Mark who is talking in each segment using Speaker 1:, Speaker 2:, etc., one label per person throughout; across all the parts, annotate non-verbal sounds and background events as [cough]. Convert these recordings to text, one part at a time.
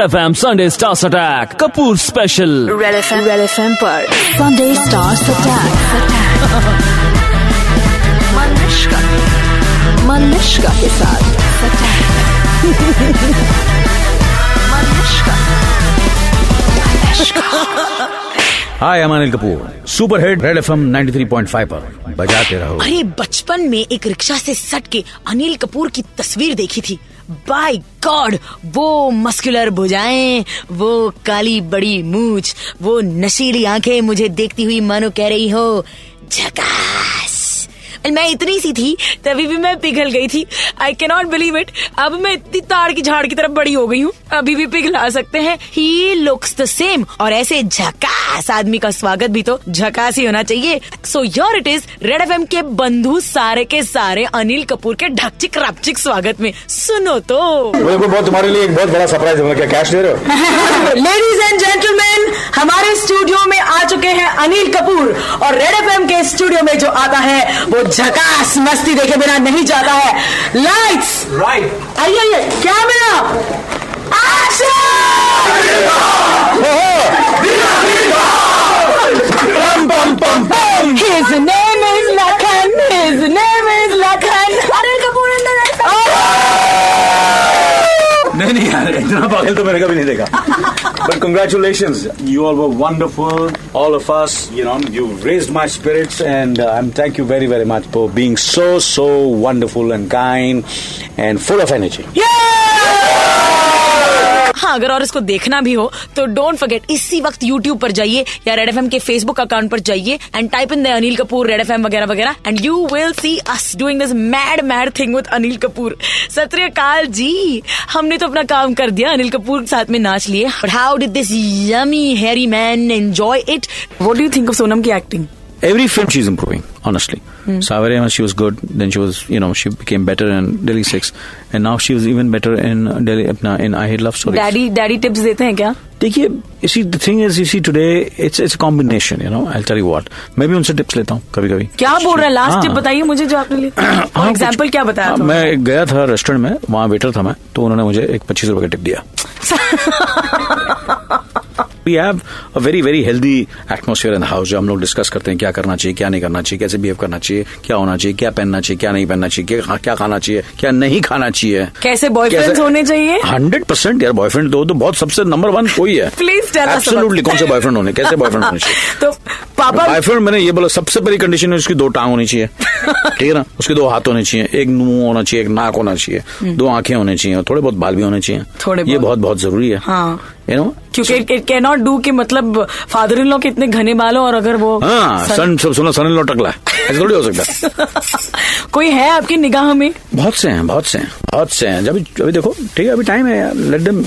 Speaker 1: F M Sunday stars attack Kapoor special
Speaker 2: red F M red F M पर Sunday stars attack Manushka Manushka के साथ Manushka
Speaker 3: hi I'm Anil Kapoor super hit red FM 93.5 पर बजाते रहो
Speaker 4: अरे बचपन में एक रिक्शा से सट के अनिल कपूर की तस्वीर देखी थी बाय गॉड वो मस्कुलर भुजाएं वो काली बड़ी मूछ वो नशीली आंखें मुझे देखती हुई मानो कह रही हो झकास मैं इतनी सी थी तभी भी मैं पिघल गई थी आई कैनॉट बिलीव इट अब मैं इतनी ताड़ की झाड़ की तरफ बड़ी हो गई हूँ अभी भी पिघला सकते हैं ही लुक्स द सेम और ऐसे झकास आदमी का स्वागत भी तो झकास ही होना चाहिए so your it is red F के बंधु सारे के सारे अनिल कपूर के ढकचिक रपचिक स्वागत में सुनो तो
Speaker 5: मेरे को बहुत तुम्हारे लिए एक बहुत बड़ा सरप्राइज है मतलब क्या कैश [laughs] दे रहे हो
Speaker 6: [laughs] लेडीज एंड जेंटलमैन हमारे स्टूडियो में आ चुके हैं अनिल कपूर और रेड एफएम के स्टूडियो में जो आता है वो झकास मस्ती देखे बिना नहीं जाता है लाइट्स राइट आइए आइए कैमरा एक्शन
Speaker 5: बम बम बम बम
Speaker 6: his name is Lakhan his name is Lakhan Anil Kapoor in the
Speaker 3: नहीं नहीं यार इतना
Speaker 5: पागल तो मैंने कभी नहीं देखा but congratulation you all were wonderful all of us you know you raise my spirits and I am thank you very very much for being so so wonderful and kind and full of energy
Speaker 4: हाँ अगर और इसको देखना भी हो तो don't forget इसी वक्त यूट्यूब पर जाइए या रेड एफ के फेसबुक अकाउंट पर जाइए and type in the Anil Kapoor red F वगैरह वगैरह and you will see us doing this mad mad thing with Anil Kapoor सत्यकाल जी हमने तो अपना काम कर दिया अनिल कपूर के साथ में नाच लिए how did this yummy hairy man enjoy it what do you think of Sonam की acting
Speaker 3: every film she is improving honestly
Speaker 5: Hmm.
Speaker 3: Saawariya she was good then she was you know she became better in Delhi 6 and now she is even better in Delhi अपना in I hate love story
Speaker 4: daddy daddy tips देते हैं क्या
Speaker 3: देखिए इसी the thing is इसी today it's it's combination you know I tell you what मैं भी उनसे टिप्स लेता हूँ कभी कभी
Speaker 4: क्या बोल रहे हैं
Speaker 3: हाँ।
Speaker 4: लास्ट टिप बताइए मुझे जो आपने लिए फॉर एग्जाम्पल क्या बताया था?
Speaker 3: मैं गया था रेस्टोरेंट में वहाँ वेटर था मैं तो उन्होंने मुझे एक पच्चीस रुपए का टिप
Speaker 4: [laughs]
Speaker 3: दिया we have a very very healthy atmosphere in house जो हम लोग डिस्कस करते हैं क्या करना चाहिए क्या नहीं करना चाहिए कैसे बिहेव करना चाहिए क्या होना चाहिए क्या पहनना चाहिए क्या नहीं पहनना चाहिए क्या खा- क्या खाना चाहिए क्या नहीं खाना चाहिए
Speaker 4: कैसे बॉयफ्रेंड्स होने चाहिए
Speaker 3: हंड्रेड परसेंट यार बॉयफ्रेंड दो तो बहुत सबसे नंबर वन कोई है
Speaker 4: Please tell us about-
Speaker 3: Absolutely,
Speaker 4: [laughs]
Speaker 3: कौन से बॉयफ्रेंड होने कैसे बॉयफ्रेंड होने चाहिए
Speaker 4: तो पापा
Speaker 3: बॉयफ्रेंड मैंने ये बोला सबसे पहली कंडीशन है उसकी दो टांग होनी
Speaker 4: [laughs]
Speaker 3: चाहिए ठीक है ना उसके दो हाथ होने चाहिए एक मुंह होना चाहिए एक नाक होना चाहिए दो आंखें होनी चाहिए और थोड़े बहुत बाल भी होने चाहिए
Speaker 4: हम्म। थोड़े
Speaker 3: ये
Speaker 4: बहुत।
Speaker 3: बहुत बहुत जरूरी है
Speaker 4: हाँ।
Speaker 3: यू नो
Speaker 4: क्योंकि इट कैन नॉट डू कि मतलब फादर इन लॉ के इतने घने बाल हो और अगर वो
Speaker 3: हाँ
Speaker 4: सन-
Speaker 3: सन सब सुना सन इन लॉ टकला है ऐसा थोड़ी हो सकता है
Speaker 4: [laughs] कोई है आपकी निगाह में
Speaker 3: बहुत से हैं बहुत से हैं बहुत से हैं जब अभी देखो ठीक है अभी टाइम है यार लेट देम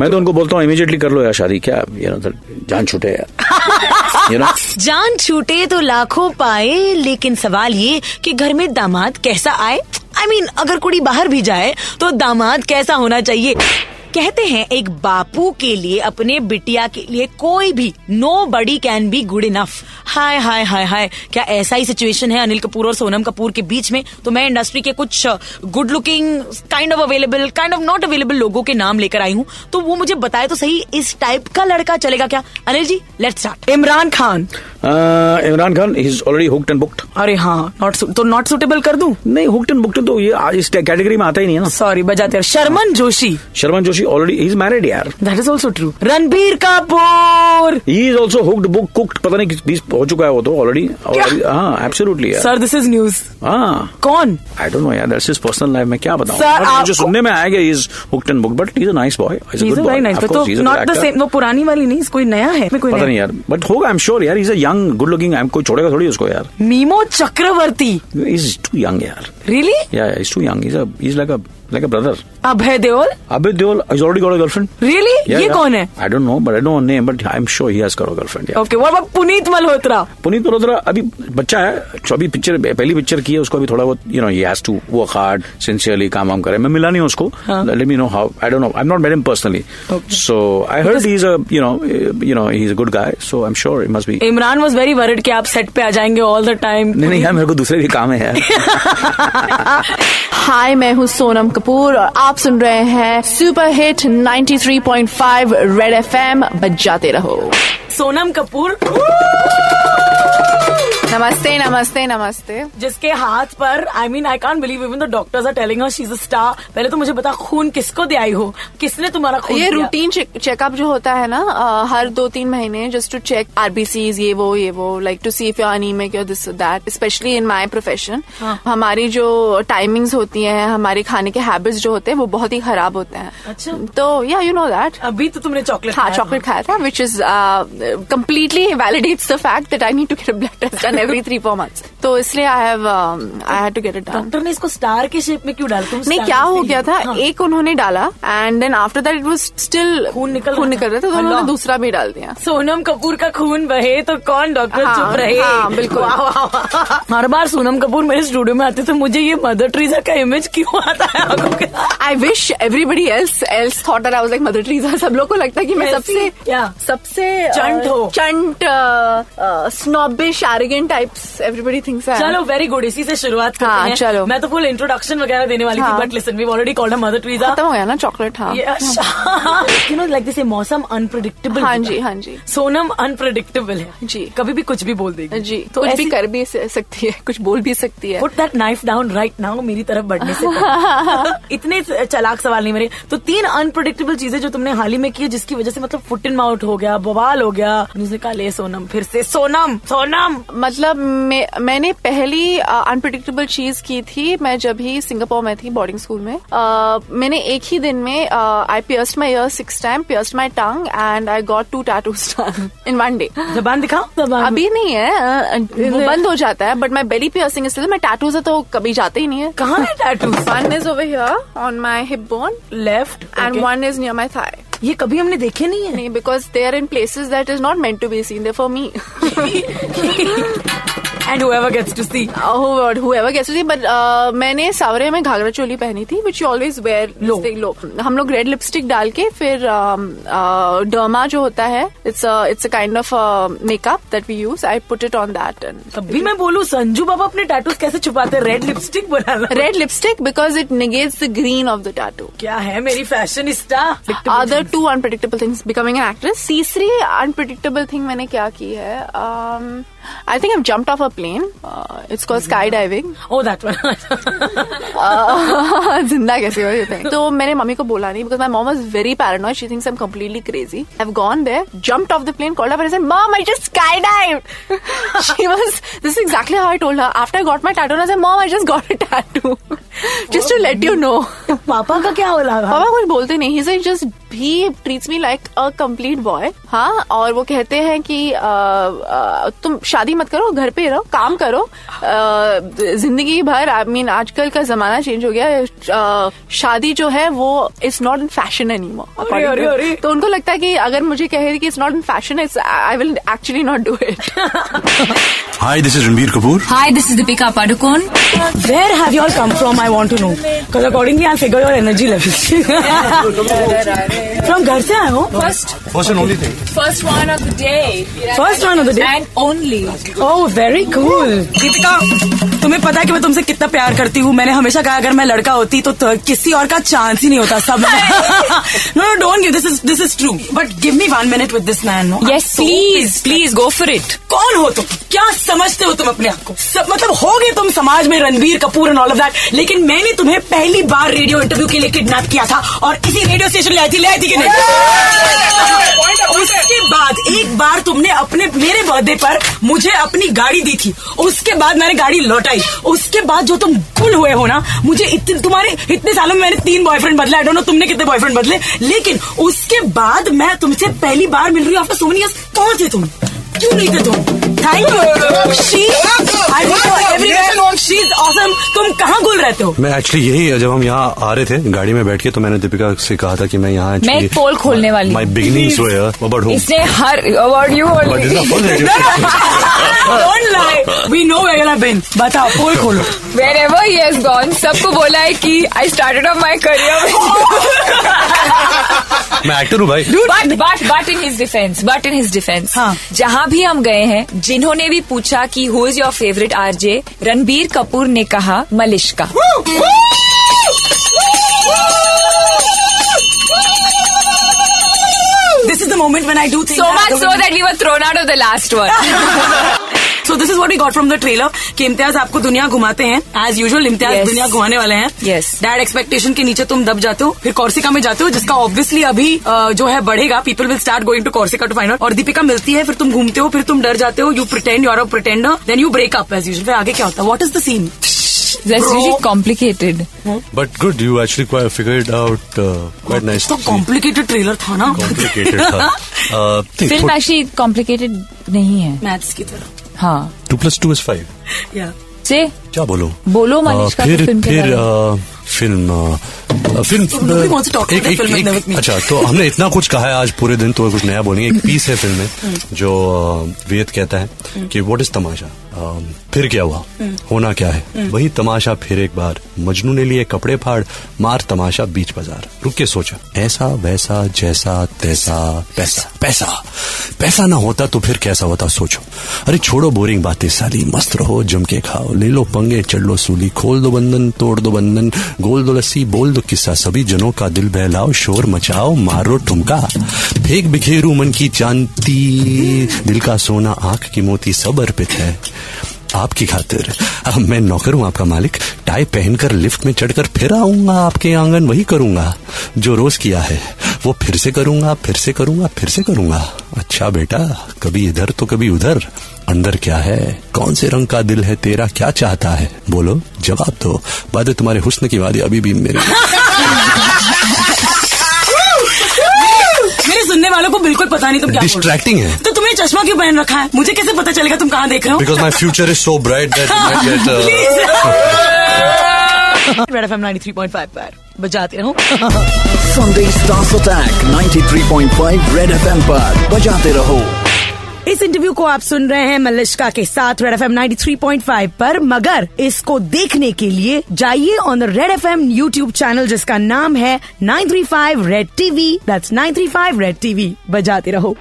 Speaker 3: मैं तो उनको बोलता हूँ इमीडिएटली कर लो यार शादी क्या यू नो जान छूटे
Speaker 4: [laughs]
Speaker 3: यार यू नो
Speaker 4: जान छूटे तो लाखों पाए लेकिन सवाल ये कि घर में दामाद कैसा आए आई I मीन mean, अगर कुड़ी बाहर भी जाए तो दामाद कैसा होना चाहिए कहते हैं एक बापू के लिए अपने बिटिया के लिए कोई भी nobody can be good enough हाय हाय हाय हाय क्या ऐसा ही सिचुएशन है अनिल कपूर और सोनम कपूर के बीच में तो मैं इंडस्ट्री के कुछ uh, good looking kind of available kind of not available लोगों के नाम लेकर आई हूँ तो वो मुझे बताए तो सही इस टाइप का लड़का चलेगा क्या Anil ji let's start Imran Khan
Speaker 3: ah, Imran Khan is already hooked and booked
Speaker 4: अरे हाँ नॉट तो नॉट सुटेबल कर दूं
Speaker 3: नहीं हुक्ड एंड बुक्ड तो ये आ- इस कैटेगरी में आता ही नहीं है ना
Speaker 4: सॉरी बजाते रहो। Sharman Joshi
Speaker 3: Sharman Joshi already is married यार
Speaker 4: that is also true Ranbir Kapoor
Speaker 3: he is also hooked book cooked पता नहीं किस बीस हो चुका है वो तो ऑलरेडी हाँ absolutely
Speaker 4: sir this is news
Speaker 3: हाँ
Speaker 4: कौन
Speaker 3: आई डोंट नो यार दैट्स हिज पर्सनल लाइफ में क्या बताऊं
Speaker 4: Sir,
Speaker 3: But मुझे
Speaker 4: आपको-
Speaker 3: सुनने में आया कि is hooked and book but is a nice boy is a good boy
Speaker 4: very nice तो नॉट द सेम वो पुरानी वाली नहीं कोई नया है इसमें कोई
Speaker 3: पता नहीं
Speaker 4: नया
Speaker 3: यार बट होगा आई एम श्योर यार is a young good looking I कोई छोड़ेगा थोड़ी उसको यार
Speaker 4: Mimoh Chakraborty
Speaker 3: is too young यार
Speaker 4: रियली
Speaker 3: या is too young is is like like a brother
Speaker 4: Abhay Deol
Speaker 3: Abhay Deol is already got a girlfriend
Speaker 4: really ये कौन है
Speaker 3: I don't know but I don't name but I am sure he has got a girlfriend यार
Speaker 4: okay वो अब पुनीत मल्होत्रा
Speaker 3: पुनीत मल्होत्रा अभी बच्चा है अभी पिक्चर पहली पिक्चर की है उसको अभी थोड़ा बहुत you know has to work hard sincerely काम वाम करे मैं मिला नहीं उसको
Speaker 4: हाँ।
Speaker 3: Let me know how I don't know I am not met him personally so I heard he is a you know you know he is a good guy so I am sure it must be
Speaker 4: Imran was very worried कि आप set पे आ जाएंगे all the time [laughs]
Speaker 3: नहीं नहीं यार मेरे को दूसरे भी काम है यार
Speaker 2: हाय मैं हूँ सोनम कपूर
Speaker 7: कपूर और आप सुन रहे हैं सुपर हिट 93.5 रेड एफएम बजाते रहो
Speaker 6: सोनम कपूर
Speaker 7: नमस्ते नमस्ते नमस्ते
Speaker 6: जिसके हाथ पर I mean I can't believe even the doctors are telling her she is a star पहले तो मुझे बता खून किसको दे आई हो किसने तुम्हारा खून
Speaker 7: ये
Speaker 6: दिया?
Speaker 7: रूटीन चेकअप जो होता है ना अ, हर दो तीन महीने जस्ट टू चेक आरबीसीज ये वो ये वो like to see if your anaemic your this that specially in my profession हमारी जो टाइमिंग्स होती हैं हमारे खाने के हैबिट्स जो होते हैं वो बहुत ही खराब होते हैं
Speaker 6: अच्छा।
Speaker 7: तो या यू नो दैट
Speaker 6: अभी तो तुमने चॉकलेट
Speaker 7: हाँ चॉकलेट खाया था uh, which is completely validates the fact that I need to get blood test done every three four months तो इसलिए uh, I have I had to get it done
Speaker 6: doctor ने इसको star के shape में क्यों डाला तुम
Speaker 7: नहीं
Speaker 6: star
Speaker 7: क्या हो
Speaker 6: से-
Speaker 7: गया था
Speaker 6: हाँ।
Speaker 7: एक उन्होंने डाला and then after that it was still
Speaker 6: खून निकल
Speaker 7: खून
Speaker 6: रहा
Speaker 7: निकल
Speaker 6: था।
Speaker 7: रहा था तो उन्होंने
Speaker 6: अल्लाह।
Speaker 7: दूसरा भी डाल दिया
Speaker 6: सोनम कपूर का खून बहे तो कौन डॉक्टर
Speaker 7: हाँ,
Speaker 6: चुप रहे
Speaker 7: हाँ, बिल्कुल।
Speaker 6: वाह, वाह, वाह। हर बार सोनम कपूर मेरे स्टूडियो में आते तो मुझे ये मदर ट्रीजा का इमेज क्यों आता है आंखों के?
Speaker 7: I wish everybody else else thought that I was like mother Teresa सब लोग को लगता है कि मैं
Speaker 6: वैसी,
Speaker 7: सबसे
Speaker 6: yeah.
Speaker 7: सबसे uh,
Speaker 6: चंट हो।
Speaker 7: चंट uh, snobbish arrogant types everybody thinks
Speaker 6: चलो वेरी गुड इसी से शुरुआत करते
Speaker 7: हाँ,
Speaker 6: हैं
Speaker 7: चलो।
Speaker 6: मैं तो फुल इंट्रोडक्शन वगैरह देने वाली
Speaker 7: हाँ।
Speaker 6: थी but listen we already called mother Teresa
Speaker 7: खत्म हो गया ना चॉकलेट हाँ
Speaker 6: यू नो लाइक दिस मौसम अनप्रडिक्टेबल
Speaker 7: हाँ जी हाँ जी
Speaker 6: सोनम अनप्रडिक्टेबल है
Speaker 7: जी।
Speaker 6: कभी भी कुछ भी बोल देगी
Speaker 7: हाँ जी
Speaker 6: तो
Speaker 7: कुछ भी
Speaker 6: ऐसी-
Speaker 7: कर भी स- सकती है कुछ बोल भी सकती है
Speaker 6: put that knife down right now मेरी तरफ बढ़ने से पहले। इतने चालाक सवाल नहीं मेरे तो तीन अनप्रडिक्टेबल चीजें जो तुमने हाल ही में की है जिसकी वजह से मतलब फुट इन माउट हो गया बवाल हो गया उसने कहा ले सोनम फिर से सोनम सोनम
Speaker 7: मतलब मैं, मैंने पहली अनप्रडिक्टेबल चीज की थी मैं जब ही सिंगापुर में थी बोर्डिंग स्कूल में अ, मैंने एक ही दिन में I pierced my ear six time pierced my tongue and I got two tattoos in one [laughs] day
Speaker 6: जबान दिखाओ जबान
Speaker 7: अभी नहीं है अ, वो बंद हो जाता है बट माई बेली पियर्सिंग इसलिए मैं टैटूज तो कभी जाते ही नहीं है
Speaker 6: कहाँ है tattoo
Speaker 7: one is over here on my hip bone
Speaker 6: left
Speaker 7: and one is near my thigh
Speaker 6: ये कभी हमने देखे नहीं है
Speaker 7: नहीं because they are in places that is not meant to be seen for me
Speaker 6: and whoever gets to see
Speaker 7: whoever Oh, whoever gets to see but uh, मैंने सावरे में घाघरा चोली पहनी थी विच यू ऑलवेज वेयर
Speaker 6: लो।
Speaker 7: लो हम लोग red lipstick डाल के फिर डर्मा जो होता है it's it's a kind of makeup that we use I put it on that
Speaker 6: तब भी मैं बोलू संजू बाबा अपने टैटूज कैसे छुपाते रेड लिपस्टिक बनाना
Speaker 7: red lipstick because it negates the green of the tattoo
Speaker 6: क्या है मेरी fashionista
Speaker 7: other two unpredictable things becoming an actress तीसरी अनप्रडिक्टेबल थिंग मैंने क्या की है Um, I think I jump off a plane it's call sky diving
Speaker 6: oh
Speaker 2: Oh, [laughs]
Speaker 6: that one
Speaker 7: uh, [laughs] जिंदा कैसे हो ये thing? तो मैंने मम्मी को बोला नहीं because my mom was very paranoid she thinks I am completely crazy I have gone there jumped off the plane called up and said mom I just sky dive [laughs] she was this exactly how I told her after I got my tattoo I said mom I just got a [laughs] tattoo just to let you know
Speaker 6: पापा का क्या हो रहा
Speaker 7: पापा कुछ बोलते नहीं ही just भी treats me like a complete boy हाँ और वो कहते हैं कि अ, अ, तुम शादी मत करो घर पे रहो काम करो अ, जिंदगी भर आई मीन आजकल का जमाना चेंज हो गया है। अ, शादी जो है वो इट्स नॉट इन फैशन
Speaker 6: अरे, अरे, अरे।
Speaker 7: एनी तो उनको लगता है कि अगर मुझे कहे कि it's not in fashion it's I will actually not do it
Speaker 6: [laughs]
Speaker 8: Hi, this is Ranbir Kapoor.
Speaker 2: Hi, this is Deepika Padukone.
Speaker 6: Where have you all come from? I want to know. Because accordingly, I'll figure your energy levels. [laughs] from घर से आए हो?
Speaker 8: First and only thing.
Speaker 2: First one of the day.
Speaker 6: First one of the day.
Speaker 2: And only.
Speaker 6: Oh, very cool. Deepika, तुम्हें पता है कि मैं तुमसे कितना प्यार करती हूँ मैंने हमेशा कहा अगर मैं लड़का होती तो, तो किसी और का चांस ही नहीं होता सब [laughs] no no don't give this is this is true but give me one minute with this man
Speaker 2: Yes, please, please go for it.
Speaker 6: कौन हो तुम क्या समझते हो तुम अपने आप को सब मतलब हो गए तुम समाज में Ranbir Kapoor and all of that लेकिन मैंने तुम्हें पहली बार रेडियो इंटरव्यू के लिए किडनैप किया था और इसी रेडियो स्टेशन ले आई थी ले आई थी कि नहीं उसके बाद एक बार तुमने अपने मेरे बर्थडे पर मुझे अपनी गाड़ी दी थी उसके बाद मैंने गाड़ी लौटाई उसके बाद जो तुम गुल हुए हो ना मुझे इतने तुम्हारे इतने सालों में मैंने तीन बॉयफ्रेंड बदले आई डोंट नो तुमने कितने बॉयफ्रेंड बदले लेकिन उसके बाद मैं तुमसे पहली बार मिल रही हूँ आफ्टर सो मेनी इयर्स कौन थे तुम क्यों नहीं थे तुम thank you she I will go everywhere she is awesome तुम कहाँ घुल रहते हो
Speaker 8: मैं एक्चुअली यही जब हम यहाँ आ रहे थे गाड़ी में बैठ के तो मैंने दीपिका से कहा था कि मैं यहाँ
Speaker 2: मैं एक पोल खोलने वाली
Speaker 8: my beginnings way about home
Speaker 2: इसने हर award you
Speaker 8: but this
Speaker 2: only. [laughs]
Speaker 6: Don't lie we know where I been बताओ पोल खोलो
Speaker 2: Wherever he has gone, सबको बोला है कि I started off my career
Speaker 8: [laughs]
Speaker 2: with
Speaker 8: मैं एक्टर हूँ भाई
Speaker 6: [laughs]
Speaker 2: but but but in his defence but in his defence
Speaker 6: हाँ।
Speaker 2: जहाँ भी हम गए हैं जिन्होंने भी पूछा कि who is your favourite RJ Ranbir Kapoor ने कहा Malishka
Speaker 6: This is the moment when I do think
Speaker 4: So
Speaker 6: that
Speaker 4: much so that we were thrown out of the last one.
Speaker 6: [laughs] So this is what we got from the trailer कि इम्तियाज आपको दुनिया घुमाते हैं as usual Imtiaz
Speaker 4: Yes.
Speaker 6: दुनिया घुमाने वाले हैं
Speaker 4: Yes.
Speaker 6: Dad expectation के नीचे तुम दब जाते हो फिर कौरसिका में जाते हो जिसका ऑब्वियसली अभी अ, जो है बढ़ेगा people will start going to Corsica to find और दीपिका मिलती है फिर तुम घूमते हो फिर तुम डर जाते हो you pretend you're pretender then you break up as usual फिर आगे क्या होता है what is the scene
Speaker 4: That's really complicated.
Speaker 8: But good you actually quite figured out quite nice
Speaker 6: तो कॉम्प्लिकेटेड ट्रेलर था ना
Speaker 8: कॉम्प्लिकेटेड
Speaker 6: [laughs]
Speaker 8: था Uh, think
Speaker 4: film actually complicated नहीं है
Speaker 6: मैथ्स की तरह
Speaker 4: हाँ
Speaker 8: two plus two is five
Speaker 6: या
Speaker 4: से
Speaker 8: क्या बोलो Uh,
Speaker 4: बोलो मनीष का
Speaker 2: तो
Speaker 8: फिर
Speaker 4: फिल्म के
Speaker 8: फिर uh,
Speaker 4: बारे में।
Speaker 8: अ, फिल्म अ, अ, film
Speaker 6: Nobody wants to talk
Speaker 8: uh,
Speaker 6: about the film with me.
Speaker 8: अच्छा तो हमने इतना कुछ कहा है आज पूरे दिन तो कुछ नया बोलेंगे एक पीस है फिल्म में जो अ, वेद कहता है कि व्हाट इज तमाशा अ, फिर क्या हुआ होना क्या है वही तमाशा फिर एक बार मजनू ने लिए कपड़े फाड़ मार तमाशा बीच बाजार रुक के सोचा ऐसा वैसा जैसा तैसा पैसा पैसा पैसा ना होता तो फिर कैसा होता सोचो अरे छोड़ो बोरिंग बातें साली मस्त रहो जम के खाओ ले लो पंगे चढ़ लो सूली खोल दो बंधन तोड़ दो बंधन गोल दो लस्सी बोल दो किस्सा सभी जनों का दिल बहलाओ शोर मचाओ मारो ठुमका फेंक बिखेरू मन की चांदी दिल का सोना आंख की मोती सब अर्पित है आपकी खातिर अब मैं नौकर हूँ आपका मालिक टाई पहनकर लिफ्ट में चढ़कर फिर आऊंगा आपके आंगन वही करूंगा जो रोज किया है वो फिर से करूंगा फिर से करूंगा फिर से करूंगा अच्छा बेटा कभी इधर तो कभी उधर अंदर क्या है कौन से रंग का दिल है तेरा क्या चाहता है बोलो जवाब दो वादे तुम्हारे हुस्न की वादी अभी भी मेरे
Speaker 6: हाँ, मेरे सुनने वालों को बिल्कुल पता नहीं तुम क्या बोल रहे हो।
Speaker 8: डिस्ट्रैक्टिंग है
Speaker 6: तो तुमने चश्मा क्यों पहन रखा है मुझे कैसे पता चलेगा तुम कहाँ देख रहे हो
Speaker 8: because my future is so bright
Speaker 4: [laughs]
Speaker 8: that
Speaker 6: Red F M nine three point five पर बजाते रहो
Speaker 1: Sunday Stars Attack 93.5 Red FM पर बजाते रहो
Speaker 6: इस इंटरव्यू को आप सुन रहे हैं मलिश्का के साथ red F M ninety three point five पर मगर इसको देखने के लिए जाइए on the red F M YouTube channel जिसका नाम है nine three five red TV that's nine three five red TV बजाते रहो